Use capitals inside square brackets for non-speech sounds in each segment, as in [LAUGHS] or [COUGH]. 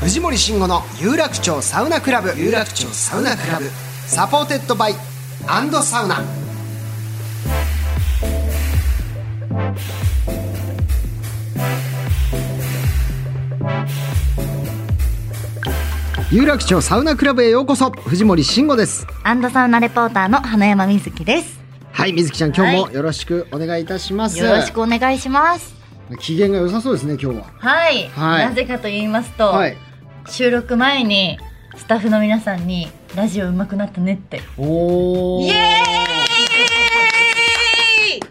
藤森慎吾の有楽町サウナクラブ有楽町サウナクラブサポーテッドバイアンドサウナ有楽町サウナクラブへようこそ藤森慎吾ですアンドサウナレポーターの花山瑞希です。はい水木ちゃん今日もはいよろしくお願いいたします、よろしくお願いします。機嫌が良さそうですね今日はい。はいなぜかと言いますと、ははい収録前にスタッフの皆さんにラジオ上手くなったねって。おーイエーイ。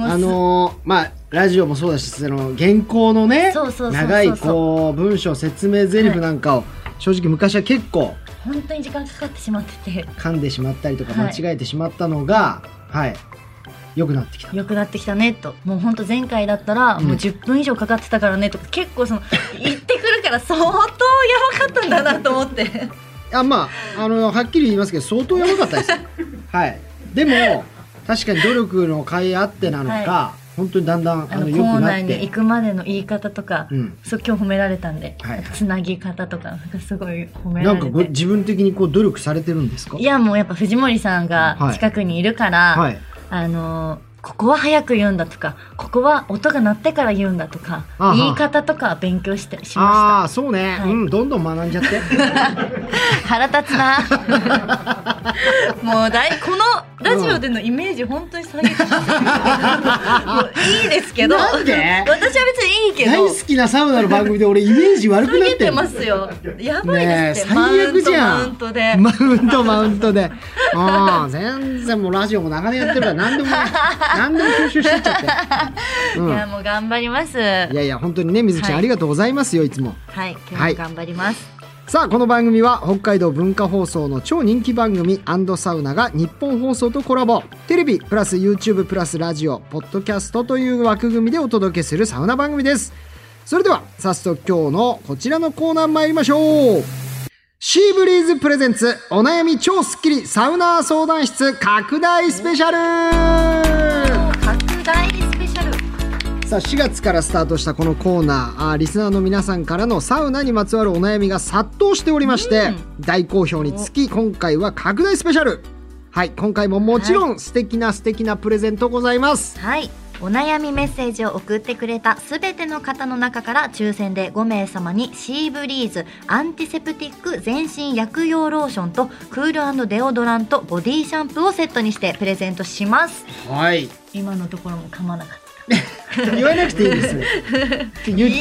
もうすあのーまあラジオもそうだしその原稿のねそうそうそうそう長いこう文章説明台詞なんかを、正直昔は結構本当に時間かかってしまってて噛んでしまったりとか間はい違えてしまったのがはい、良くなってきた良くなってきたねともう本当前回だったらもう10分以上かかってたからねとか結構その言ってくるから相当やばかったんだなと思ってあまああのはっきり言いますけど相当やばかったです [LAUGHS] はいでも確かに努力の甲斐あってなのか、は本当にだんだんああのの良くコーナなーっにて行くまでの言い方とか、うんそう今日褒められたんで、はいはいつなぎ方とかなんかすごい褒めなんられかてご自分的にこう努力されてるんですかいやもうやっぱ藤森さんはがい近くにいるから、はいあのーここは早く言うんだとかここは音が鳴ってから言うんだとかあは言い方とか勉強してしまああそうね、はいうんどんどん学んじゃってした腹立つ [LAUGHS] なもうだいこのラジオでのイメージ本当に下げ [LAUGHS] てますもういいですけどなんで私は別にいいけど大好きなサウナの番組で俺イメージ悪く下なっげててるますよ。やばいねえですって。最悪じゃマウんントで。マウントマウントでああ全然もうラジオも長年やってるから何でも何でも吸収してっちゃって、うんいやもう頑張ります。いやいや本当にね水木ちゃん、はいありがとうございますよいつもはい、今は日いも頑張ります。さあこの番組は北海道文化放送の超人気番組サウナが日本放送とコラボテレビプラス YouTube プラスラジオポッドキャストという枠組みでお届けするサウナ番組ですそれでは早速今日のこちらのコーナー参りましょうシーブリーズプレゼンツお悩み超スッキリサウナー相談室拡大スペシャル拡大スペシャル。さあ4月からスタートしたこのコーナーあーリスナーの皆さんからのサウナにまつわるお悩みが殺到しておりまして、大好評につき今回は拡大スペシャルはい今回ももちろん素敵な素敵なプレゼントございますはい。お悩みメッセージを送ってくれたすべての方の中から抽選で5名様にシーブリーズアンティセプティック全身薬用ローションとクールデオドラントボディシャンプーをセットにしてプレゼントします。はい今のところも噛まなかっ言わなくていいですね [LAUGHS] 言っちゃうイエー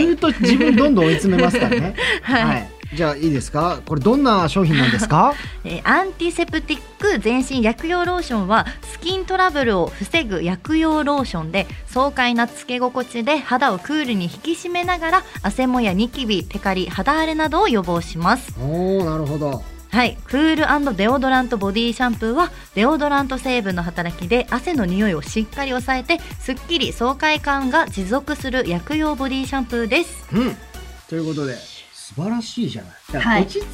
イ言うと自分どんどん追い詰めますから [LAUGHS] ねはい、じゃあいいですかこれどんな商品なんですかえーアンティセプティック全身薬用ローションはスキントラブルを防ぐ薬用ローションで爽快なつけ心地で肌をクールに引き締めながら汗もやニキビテカリ肌荒れなどを予防します [LAUGHS] おおなるほどはいクールデオドラントボディシャンプーはデオドラント成分の働きで汗の匂いをしっかり抑えてすっきり爽快感が持続する薬用ボディシャンプーですうんということで素晴らしいじゃないだからはい落ち着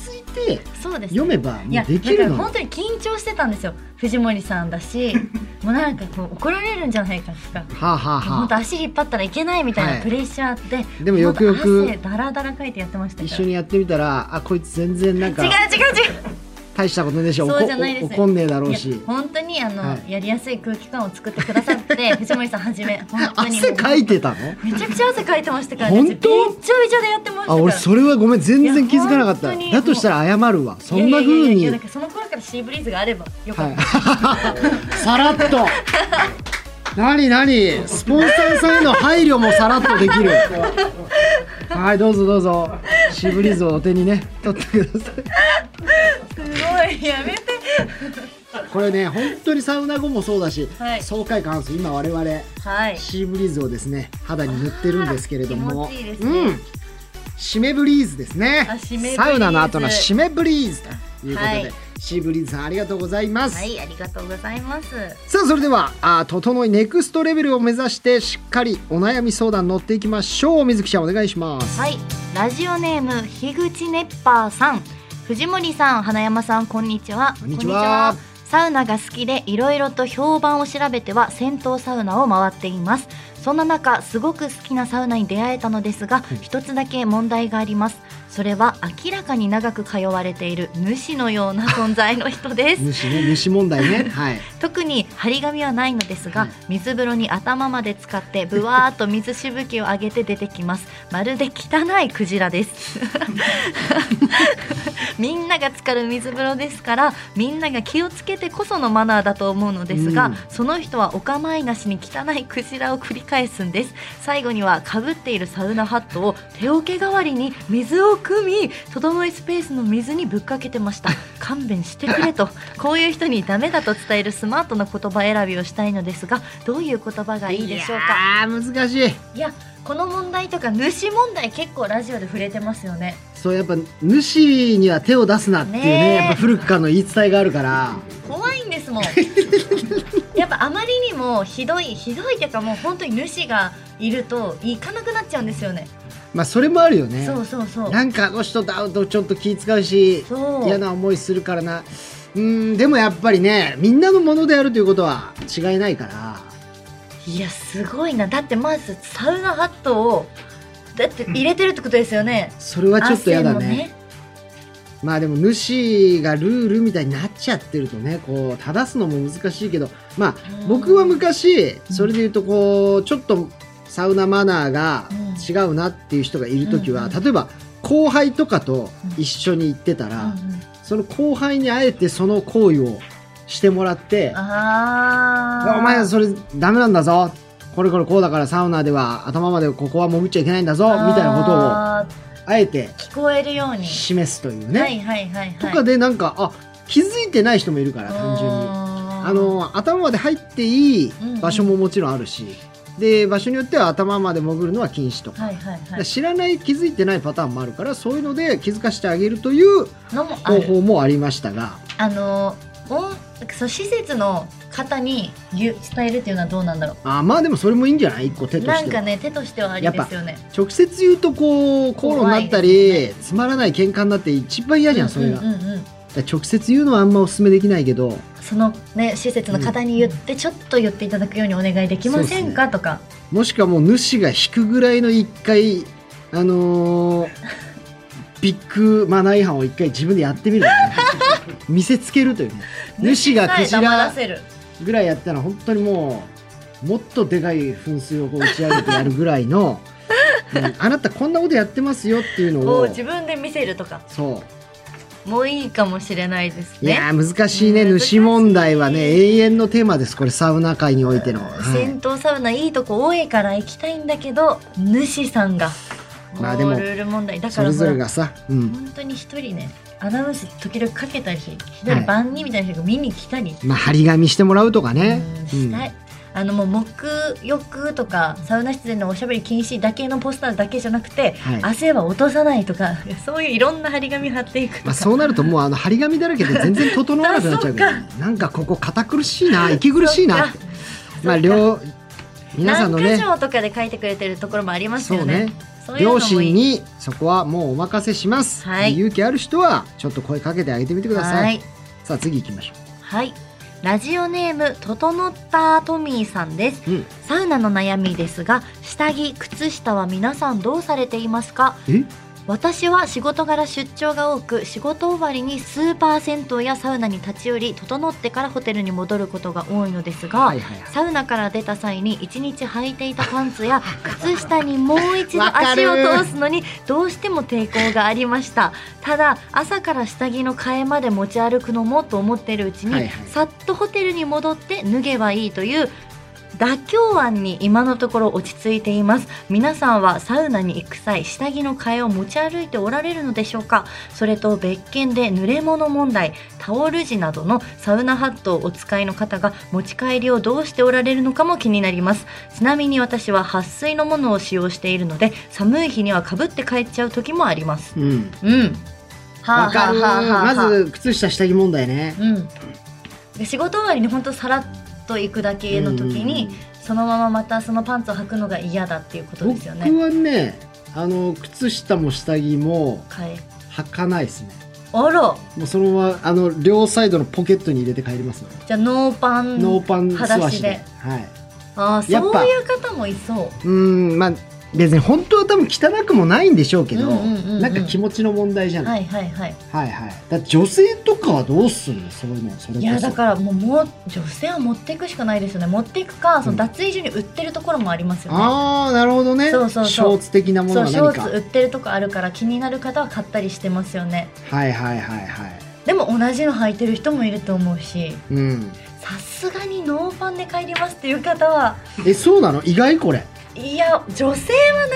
いてそうです読めばいもやうできるだのからよ本当に緊張してたんですよ藤森さん [LAUGHS] だしもうなんかこう怒られるんじゃないかとかはあ、はあは本当あ、足引っ張ったらいけないみたいはいなプレッシャーあって、でもよくよく本当汗だらだらかいてやってましたから一緒にやってみたらあこいつ全然なんか [LAUGHS] 違う違う違う大したことねえしそうじゃないでおすこお怒んねえだろういやし本当にあの、はいやりやすい空気感を作ってくださっ [LAUGHS] て藤森さんはじめ本当に汗かいてたのめちゃくちゃ汗かいてましたから本当私びっちょびちょでやってましたからあ俺それはごめん全然気づかなかっいたや本当にだとしたら謝るわそんないや風いやいやいやにだからその頃からシーブリーズがあればよかった、はい、 [LAUGHS] さらっと何何スポンサーさんへの配慮もさらっとできるはいどうぞどうぞシーブリーズをお手にね取ってくださいすごいやめてこれね本当にサウナ後もそうだし、はい爽快感あるんですよ今我々、はい。シーブリーズをですね肌に塗ってるんですけれどもあー気持ちいいですねうん締めブリーズですねあ締めブリーズサウナの後の締めブリーズということで、はいシーブリーズさんありがとうございます、はい、ありがとうございます。さあそれではあー整いネクストレベルを目指してしっかりお悩み相談乗っていきましょう水木ちゃんお願いしますはい、ラジオネーム樋口ネッパーさん、藤森さん、花山さん、こんにちは。こんにちはサウナが好きでいろいろと評判を調べては銭湯サウナを回っていますそんな中すごく好きなサウナに出会えたのですが一つだけ問題がありますそれは明らかに長く通われている主のような存在の人です主ね主問題ねはい特に張り紙はないのですうがん水風呂に頭まで使ってぶわーっと水しぶきを上げて出てきますまるで汚いクジラですみんなが浸かる水風呂ですからみんなが気をつけてこそのマナーだと思うのですが、うんその人はお構いなしに汚いクジラを繰り返すんです最後にはかぶっているサウナハットを手桶代わりに水を汲み整いスペースの水にぶっかけてました [LAUGHS] 勘弁してくれとこういう人にダメだと伝えるスマートな言葉選びをしたいのですがどういう言葉がいいでしょうかあ難しいいやこの問題とか主問題結構ラジオで触れてますよねそうやっぱ主には手を出すなっていうねねえやっぱ古くからの言い伝えがあるから怖いんですも [LAUGHS] んやっぱあまりにもひどいひどいというかもう本当に主がいると行かなくなっちゃうんですよねまあそれもあるよねそうそうそうなんかあの人と会うとちょっと気使うしそう嫌な思いするからなうんでもやっぱりねみんなのものであるということは違いないからいやすごいなだってまずサウナハットをだって入れてるってことですよね、それはちょっと嫌だ汗もねまあでも主がルールみたいになっちゃってるとねこう正すのも難しいけどまうあん僕は昔それで言うとこうちょっとサウナマナーが違うなっていう人がいる時はうん例えば後輩とかと一緒に行ってたらうんうんその後輩にあえてその行為をしてもらってああお前らそれダメなんだぞこれこれこうだからサウナでは頭までここは潜っちゃいけないんだぞみたいなことをとあえてを聞こえるように、示すというね。はいはいはいはいとかでなんか、あ気づいてない人もいるから単純に。ああの頭まで入っていい場所ももちろんあるし、で場所によっては頭まで潜るのは禁止とか。はいはいはだから知らない気づいてないパターンもあるからそういうので気づかせてあげるといういのもあ方る法もありましたがあの音そう施設の方に言う伝えるっていうのはどうなんだろあまあでもそれもいいんじゃない一個手うとなしんてかは、ね手としてはありですよね直接言うとこう口論になった怖いり、ですつまらない喧嘩になって一番嫌じゃんそれが、うんうんうんうんだから直接言うのはあんまお勧めできないけどそのね施設の方に言ってちょっと言っていただくようにお願いできませんか、とかもしくはもう主が引くぐらいの一回、あ [LAUGHS] のービッグマナー違反を一回自分でやってみ [LAUGHS] る、ね、見せつけるというね主がクジ黙らラせるぐらいやったら本当にもうもっとでかい噴水をこう打ち上げてやるぐらいの、うんあなたこんなことやってますよっていうの [LAUGHS] をを自分で見せるとかそもういいかもしれないですういやねー難しいね難しい主問題はね永遠のテーマですこれサウナ界においての、はい銭湯サウナいいとこ多いから行きたいんだけど主さんがまあでもルール問題だそかられぞれほらがさ、うん、本当に一人ねアナウンス時々かけたり一は人い番人みたいな人が見に来たり、まあ張り紙してもらうとかねうん、うんしたい、あのもう黙浴とかサウナ室でのおしゃべり禁止だけのポスターだけじゃなくて、はい汗は落とさないとかそういういろんな張り紙貼っていくとか、まあ、そうなるともうあの張り紙だらけで全然整わなくなっちゃうけど、 [LAUGHS] ね、なんかここ堅苦しいな息苦しいなそっかまあ両皆さんの何ね箇条とかで書いてくれてるところもありますそようねねそういうのも両いい親にそこはもうお任せします、はい勇気ある人はちょっと声かけてあげてみてくださいはいさあ次行きましょはいラジオネームととのったトミーさんですう、うん、サウナの悩みですが下着靴下は皆さんどうされていますかえ私は仕事柄出張が多く仕事終わりにスーパー銭湯やサウナに立ち寄り整ってからホテルに戻ることが多いのですが、はいはいはいサウナから出た際に1日履いていたパン [LAUGHS] ツや靴下にもう一度わか足るを通すのにどうしても抵抗がありましたただ朝から下着の替えまで持ち歩くのもと思っているうちに、はいはいさっとホテルに戻って脱げばいいという妥協案に今のところ落ち着いています皆さんはサウナに行く際下着の替えを持ち歩いておられるのでしょうかそれと別件で濡れ物問題タオル地などのサウナハットをお使いの方が持ち帰りをどうしておられるのかも気になりますちなみに私は撥水のものを使用しているので寒い日にはかぶって帰っちゃう時もありますうんうんはわかるまず靴下下着問題ねうん、で仕事終わりに本当さらっと行くだけの時に、そのまままたそのパンツを履くのが嫌だっていうことですよね僕はねあの靴下も下着もはい履かないですねあらもうそのままあの両サイドのポケットに入れて帰りますね、じゃあノーパンノーパン素裸足足でではいあーやっぱそういう方もいそううんまあ別に本当は多分汚くもないんでしょうけど、うんうんうんうんなんか気持ちの問題じゃない、はいはいはいはい、はいだって女性とかはどうすんのそういうのそれこそいやだからもうもう女性は持っていくしかないですよね持っていくかその脱衣所に売ってるところもありますよね、ああなるほどねそうそうそうショーツ的なものそうはショ何ーかツ売ってるとこあるから気になる方は買ったりしてますよねはいはいはいはいでも同じの履いてる人もいると思うしうんさすがにノーパンで帰りますっていう方はえそうなの意外これいや女性はな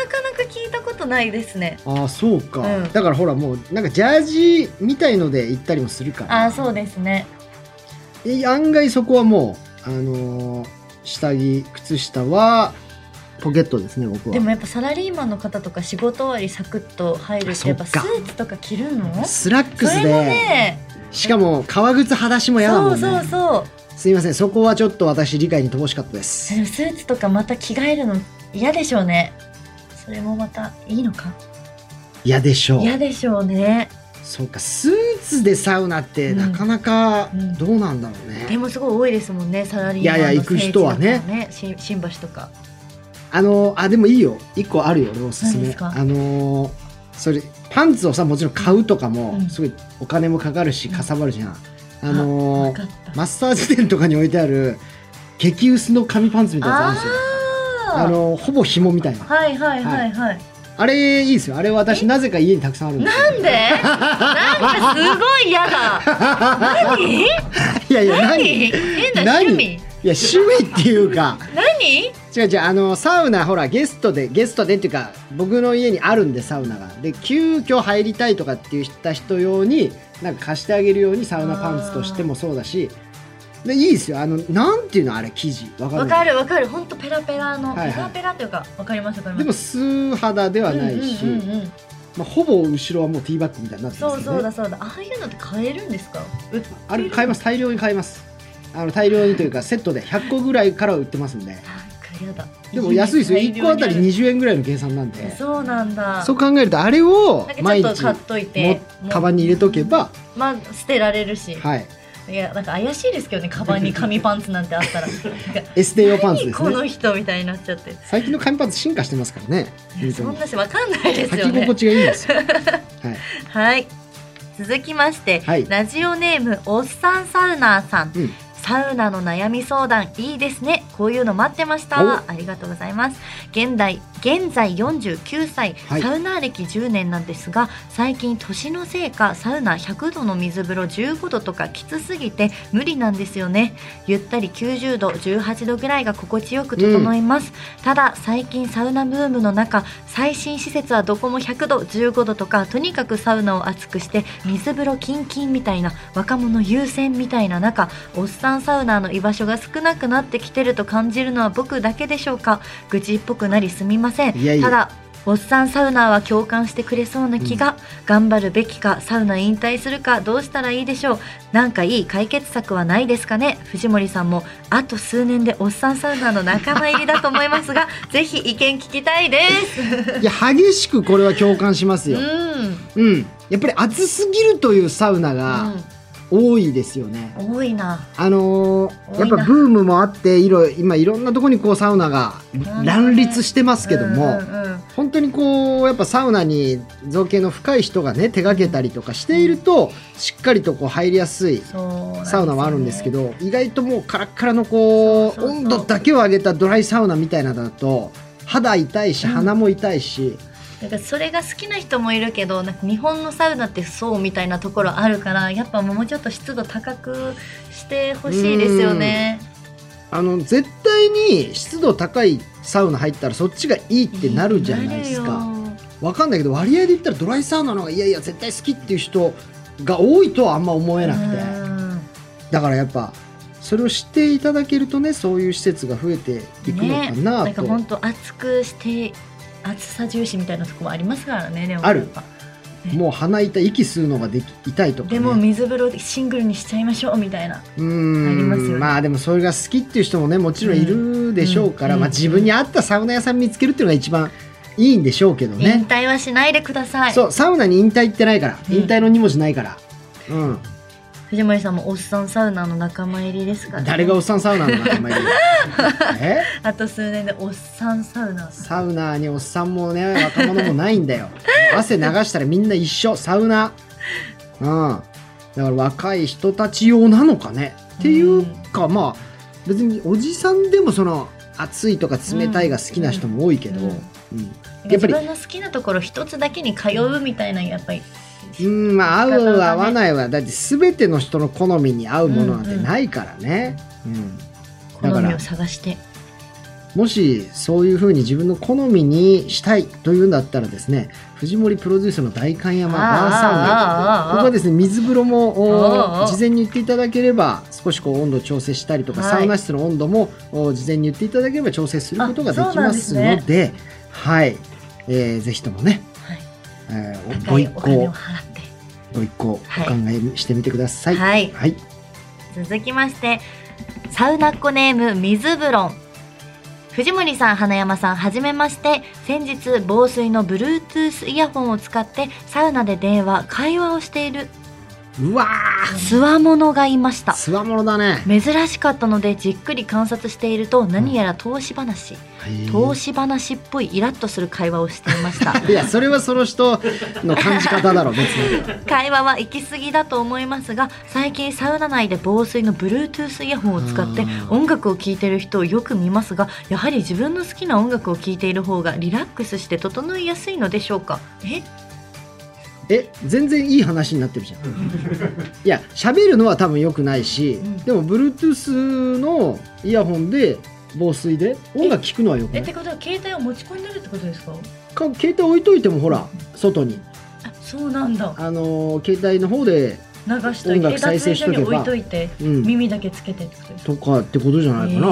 かなか聞いたことないですねああそうか、うんだからほらもうなんかジャージみたいので行ったりもするからあーそうですねえ案外そこはもうあのー下着靴下はポケットですね僕はでもやっぱサラリーマンの方とか仕事終わりサクッと入るあっそてっやっかぱスーツとか着るのそスラックスれで、もねしかも革靴裸足も嫌だもんそうねそうそうすいませんそこはちょっと私理解に乏しかったですでもスーツとかまた着替えるの嫌でしょうねそれもまたいいのか嫌でしょう嫌でしょうねそうかスーツでサウナってなかなかうんどうなんだろうね、でもすごい多いですもんねサラリーマンいのやいや行く人はね聖地だからし新橋とかあのあでもいいよ一個あるよ俺おすす何めですかあのーそれパンツをさもちろん買うとかも、うんすごいお金もかかるしうんかさばるじゃん、あわのーかったマッサージ店とかに置いてある激薄の紙パンツみたいなやつあるんですよああーのーほぼ紐みたいなはいはいはいはい、あれいいですよあれ私なぜか家にたくさんあるんですよなんでなんかすごい嫌だ何いやいや何何変な何趣い味や趣味っていうか何違う違うあのサウナほらゲストでゲストでっていうか僕の家にあるんでサウナがで急遽入りたいとかって言った人用になんか貸してあげるようにサウナパンツとしてもそうだしでいいですよあのなんていうのあれ生地わかわるかるわかる本当ペラペラの、はいはいペラペラというかわかりますわかりますでも素肌ではないし、うんうんうんうんまあ、ほぼ後ろはもうティーバッグみたいになってまそうすそようだねそうだああいうのって買えるんですか売ってるあれ買います大量に買いますあの大量にというかセットで100個ぐらいから売ってますんでなんかやだでも安いですよ家に1個あたり大量に20円ぐらいの計算なんあるでそうなんだそう考えるとあれをなんか毎ちょっと日買っといてもカバンに入れとけば、まあ捨てられるし、はい、い、やなんか怪しいですけどねカバンに紙パンツなんてあったらなんかエステ用パンツですこねの人みたいになっちゃって最近の紙パンツ進化してますからね本当そんになしわかんない [LAUGHS] ですよ履きね心地がいいんですよはいはい続きまして、はいラジオネームおっさんサウナーさんうんサウナの悩み相談いいですねこういうの待ってましたありがとうございます現代現在49歳、はいサウナー歴10年なんですが最近年のせいかサウナ100度の水風呂15度とかきつすぎて無理なんですよねゆったり90度18度ぐらいが心地よく整います、ただ最近サウナブームの中最新施設はどこも100度15度とかとにかくサウナを熱くして水風呂キンキンみたいな若者優先みたいな中おっさんサウナーの居場所が少なくなってきてると感じるのは僕だけでしょうか愚痴っぽくなりすみませんいやいやただおっさんサウナーは共感してくれそうな気が、頑張るべきかサウナ引退するかどうしたらいいでしょうなんかいい解決策はないですかね藤森さんもあと数年でおっさんサウナーの仲間入りだと思いま [LAUGHS] すがぜひ意見聞きたいですいや激しくこれは共感しますうんよ、うん、やっぱり暑すぎるというサウナが多いですよね、うん多いなあのー多やいっなぱブームもあっていろ今いろんなとこにこうサウナが乱立してますけども、うんうんうん本当にこうやっぱサウナに造形の深い人がね手がけたりとかしているとしっかりとこう入りやすいそうなんですよねサウナはあるんですけど意外ともうカラッカラのこうそうそうそう温度だけを上げたドライサウナみたいなのだと肌痛いしうん鼻も痛いし、だからそれが好きな人もいるけどなんか日本のサウナってそうみたいなところあるからやっぱもうちょっと湿度高くしてほしいですよね。あの絶対に湿度高いサウナ入ったらそっちがいいってなるじゃないですか。わかんないけど割合で言ったらドライサウナの方がいやいや絶対好きっていう人が多いとはあんま思えななるくよてだからやっぱそれを知っていただけるとねそういう施設が増えていくのかねななんかと、本当熱くして暑さ重視みたいなとこもありますからねでもあるやっぱもう鼻痛い息吸うのができ痛いとか、ね、でも水風呂シングルにしちゃいましょうみたいなうーんありますよねあでもそれが好きっていう人もねもちろんいるでしょうから、うんまあ、うん自分に合ったサウナ屋さん見つけるっていうのが一番いいんでしょうけど引ね、退はしないでくださいそうサウナに引退ってないからうん引退の2文字ないから、うん、藤森さんもおっさんサウナーの仲間入りですからね誰がおっさんサウナの仲間 [LAUGHS] 入りえあと数年でおっさんサウナーサウナーにおっさんもね若者もないんだよ [LAUGHS] 汗流したらみんな一緒サウナうんだから若い人たち用なのかねっていうかまあ別におじさんでもその暑いとか冷たいが好きな人も多いけど、うんうんやっ自ぱり分の好きなところ一つだけに通うみたいなやっぱりうんまあ合なかなかうね合わないはだって全ての人の好みに合うものなんてないからね、うんだ好かみらを探してもしそういうふうに自分の好みにしたいというんだったらですね藤森プロデュースの大観山バーサウあーあーあーあナーここはですね水風呂もあーおあー事前に言っていただければ少しこう温度調整したりとか、はいサウナ室の温度もお事前に言っていただければ調整することができますのあそうなでんはい、えーぜひともね、はいえー高ごい一お行金を払ってご一行お考はいえしてみてください。はいはい続きましてサウナっ子ネーム水風呂藤森さん花山さんはじめまして先日防水の Bluetooth イヤホンを使ってサウナで電話会話をしているうわつわものがいましーたつわものだね。珍しかったのでじっくり観察していると何やら投資話、はい投資話っぽいイラッとする会話をしてい [LAUGHS] ましたいやそれはその人の感じ方だろ別に。会話は行き過ぎだと思いますが最近サウナ内で防水の Bluetooth イヤホンを使ってあー音楽を聴いている人をよく見ますがやはり自分の好きな音楽を聴いている方がリラックスして整いやすいのでしょうかええ全然いい話になってるじゃん。いや喋るのは多分良くないし、うんでも Bluetooth のイヤホンで防水で音楽聴くのは良くなえいってことは携帯を持ち込んでるってことですかか携帯置いといてもほら外に、あそうなんだあのー携帯の方で、流しとい音て楽再生しとけば脱衣所に置いといてうん、耳だけつけてってことですかとかってことじゃないかな。え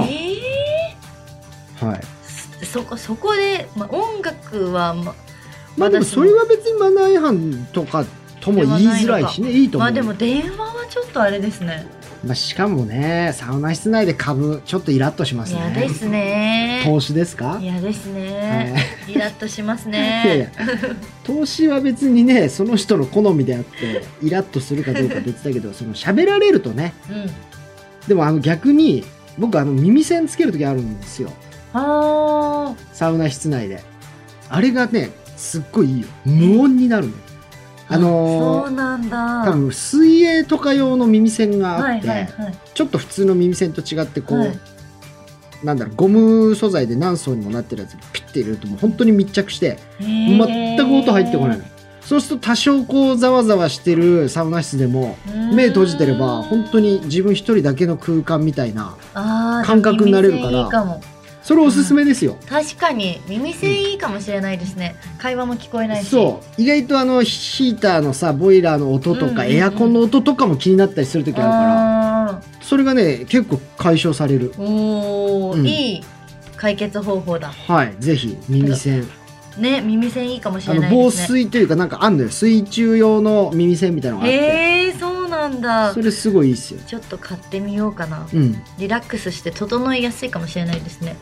はい、ーそこそこで、まあ、音楽は、ままあでも私そもれは別にマナー違反とかとも言いづらいしねいいと思まうあ、よ。でも電話はちょっとあれですねまあ、しかもねサウナ室内で株ちょっとイラッとします嫌ねですね投資ですか嫌ですはね、イラッとしま [LAUGHS] すいやいやね投資は別にねその人の好みであってイラッとするかどうか別だ [LAUGHS] けどその喋られるとねうんでもあの逆に僕あの耳栓つける時あるんですよあサウナ室内であれがねすっごいいいよ無音になるのよーあのそーうなんだ多分水泳とか用の耳栓がはあいって、はいはいちょっと普通の耳栓と違ってこう、はいなんだろうゴム素材で何層にもなってるやつピッて入れるともう本当に密着して全く音入ってこないの、そうすると多少こうざわざわしてるサウナ室でも目閉じてれば本当にに自分一人だけの空間みたいな感覚になれるからいいかもそれおすすめですよ、確かに耳栓いいかもしれないですね、会話も聞こえないしそう意外とあのヒーターのさボイラーの音とうんうんかうんエアコンの音とかも気になったりする時あるから、あそれがね結構解消されるーおー、うんいい解決方法だはいぜひ耳栓ね耳栓いいかもしあれのない防ですね水というかなんかあんのよ水中用の耳栓みたいなのがあって、へえー、そうなんだそれすごいいいっすよちょっと買ってみようかなうんリラックスして整いやすいかもしれないですね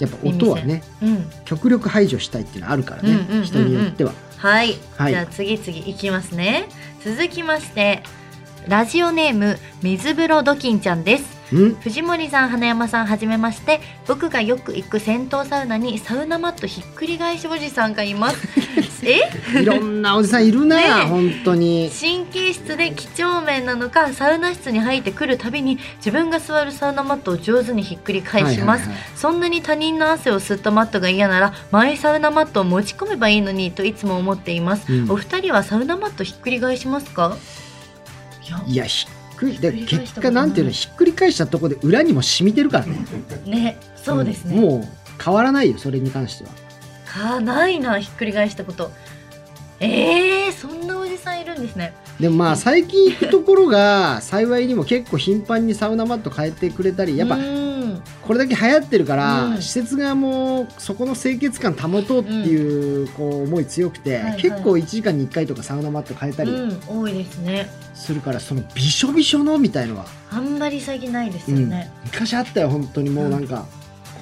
やっぱ音はねうん極力排除したいっていうのはあるからね、うんうんうんうん人によってははい、はいじゃあ次々いきますね続きましてラジオネーム水風呂ドキンちゃんですうん藤森さん花山さんはじめまして僕がよく行く銭湯サウナにサウナマットひっくり返しおじさんが [LAUGHS] いますえいろんなおじさんいるな、 [LAUGHS] ねえ本当に。神経質で几帳面なのかサウナ室に入ってくるたびに自分が座るサウナマットを上手にひっくり返しますはいはいそんなに他人の汗を吸ったマットが嫌ならマイサウナマットを持ち込めばいいのにといつも思っています、うんお二人はサウナマットひっくり返しますかいやはいいやひっくでひっくり返結したこと果なんていうのないひっくり返したところで裏にも染みてるからねねそうですね、んもう変わらないよそれに関してはかないなひっくり返したことえー、そんなおじさんいるんですねでもまあ最近行くところが幸いにも結構頻繁にサウナマット変えてくれたりやっぱうんこれだけ流行ってるから、うん施設側もそこの清潔感保とうっていう,、こう思い強くて、はいはい結構1時間に1回とかサウナマット変えたうりん、多いですねするから、そのびしょびしょのみたいのは、あんまり最近ないですよね、昔あったよ本当にもうなんか、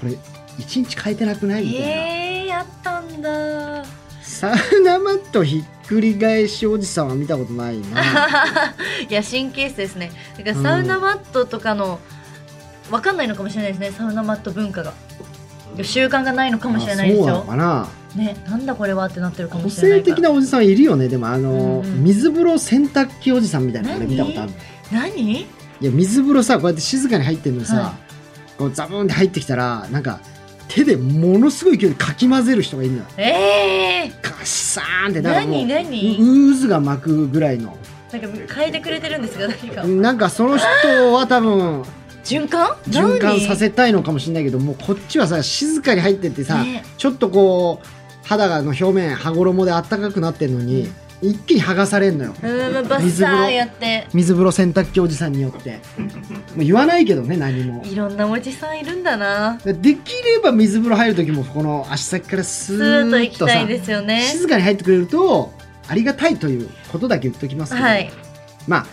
これ1日変えてなくないみたいな、えー、やったんだサウナマットひっくり返しおじさんは見たことない [LAUGHS] ないや神経質ですねだかうらんサウナマットとかの、わかんないのかもしれないですねサウナマット文化が習慣がないのかもしれないですあそうなのよかなねなんだこれはってなってるかも個しれな性いから的なおじさんいるよねでもあの、うんうん水風呂洗濯機おじさんみたいなの俺何見たことある何いや水風呂さこうやって静かに入ってるのにさ、はいこうザブーンって入ってきたらなんか手でものすごい勢いでかき混ぜる人がいるのよえガッサーンってなんかもう何何う渦が巻くぐらいのなんか変えてくれてるんですが何かなんかその人は多分循環循環さるせたいのかもしれないけどもうこっちはさ静かに入ってってさ、ねちょっとこう肌の表面羽衣であったかくなってんのに、一気に剥がされんのようんバッ水サ風呂ーやって水風呂洗濯機おじさんによってもう言わないけどね何もいろんなおじさんいるんだなできれば水風呂入る時もこの足先からススーーッとッ行きとたさいですよね静かに入ってくれるとありがたいということだけ言っときますけど、はいまあ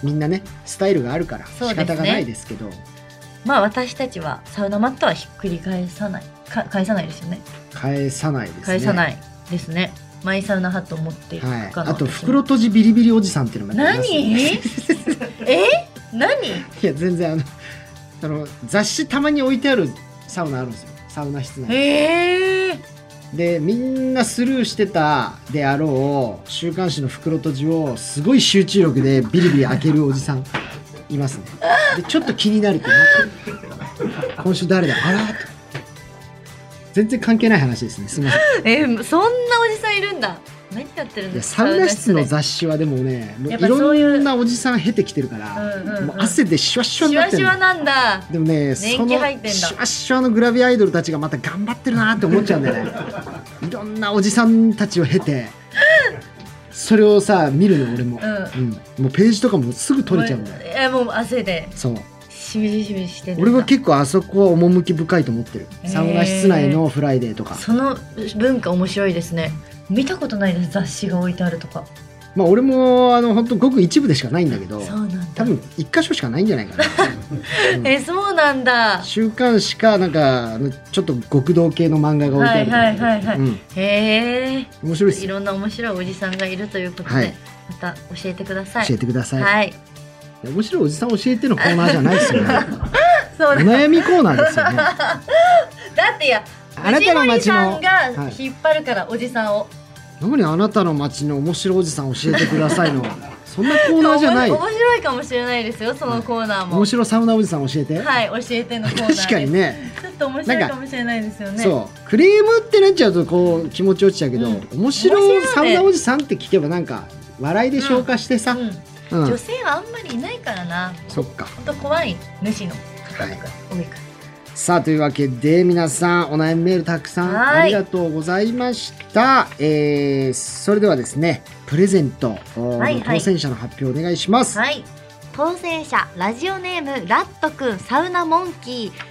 みんなねスタイルがあるからそ仕うですね方がないですけどまあ私たちはサウナマットはひっくり返さないか返さないですよね返さないですね、返さないいですねマイサウナハットを持っていくはい、かな、あと私も袋閉じビリビリおじさん [LAUGHS] っていうのもやってますね、何え [LAUGHS] 何いや全然あのあの雑誌たまに置いてあるサウナあるんですよサウナ室内ええでみんなスルーしてたであろう週刊誌の袋とじをすごい集中力でビリビリ開けるおじさんいますねでちょっと気になると今週誰だあら全然関係ない話ですねすみませんえーそんなおじさんいるんだ何やってるんいでやすサかウナ室のサウ雑誌はでもねもうやいっぱそういうろんなおじさん経てきてるから、うんうんうんもう汗でシュワシュワにシなワってシるワなんだでもね年季そのシ入ってんだュワシュワのグラビアアイドルたちがまた頑張ってるなって思っちゃうんだ [LAUGHS] よねいろんなおじさんたちを経てそれをさ見るの俺も、ううんもうページとかもすぐ取れちゃうんだよよもうえーもう汗でそうしみじしみしてるんだ俺は結構あそこは趣深いと思ってるへーサウナ室内のフライデーとか、その文化面白いですね見たことないです雑誌が置いてあるとかまあ俺もあの本当ごく一部でしかないんだけどそうなん多だ分一箇所しかないんじゃないか [LAUGHS] なえそうなんだ週刊誌かなんかあのちょっと極道系の漫画が置いてあるとかはいはいはいはいうん、へえ面白いですいよろんな面白いおじさんがいるということで、はいまた教えてください教えてくださいはいいや面白いおじさん教えてのコーナーじゃないですよ [LAUGHS] ね。そおうだ悩みコーナーですよね。あだっていやなたの藤森街さんの、が引っ張るから、おじさんを何あなたの街の面白いおじさん教えてくださいの。そんなコーナーじゃないお。も面白いかもしれないですよそのコーナーも、面白サウナおじさん教えて。はい教えてのコーナーです確かにねちょっと面白いかもしれないですよねそうクレームってなっちゃうとこう気持ち落ちちゃうけど、うん面白面白いいねサウナおじさんって聞けばなんか笑いで消化してさ、うんうん女性はあんまりいないからなそっかほんと怖い主の方とか多いかさあというわけで皆さんお悩みメールたくさんはいありがとうございました、えーそれではですねプレゼントおはいーはい当選者の発表お願いしますらはい当選者ラジオネームラットくんサウナモンキー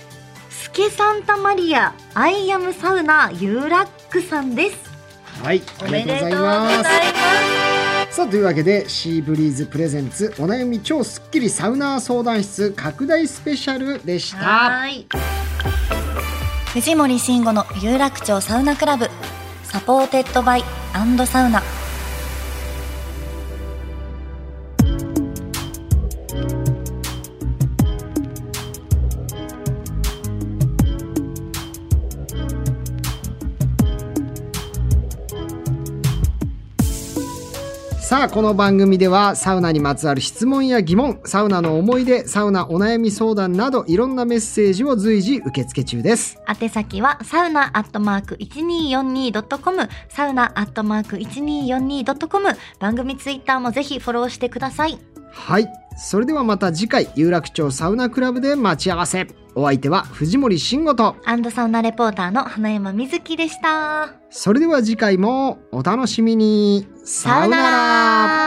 スケサンタマリアアイアムサウナユーラックさんですはい、あおりめがでととううござございいまますす。さあというわけでシーブリーズプレゼンツお悩み超スッキリサウナー相談室拡大スペシャルでした。はい藤森慎吾の有楽町サウナクラブサポーテッドバイサウナさあこの番組ではサウナにまつわる質問や疑問、サウナの思い出、サウナお悩み相談などいろんなメッセージを随時受付中です。宛先はサウナアットマーク 1242.com サウナアットマーク 1242.com 番組ツイッターもぜひフォローしてくださいはいそれではまた次回有楽町サウナクラブで待ち合わせお相手は藤森慎吾とアンドサウナレポーターの花山瑞希でした。それでは次回もお楽しみにさよなら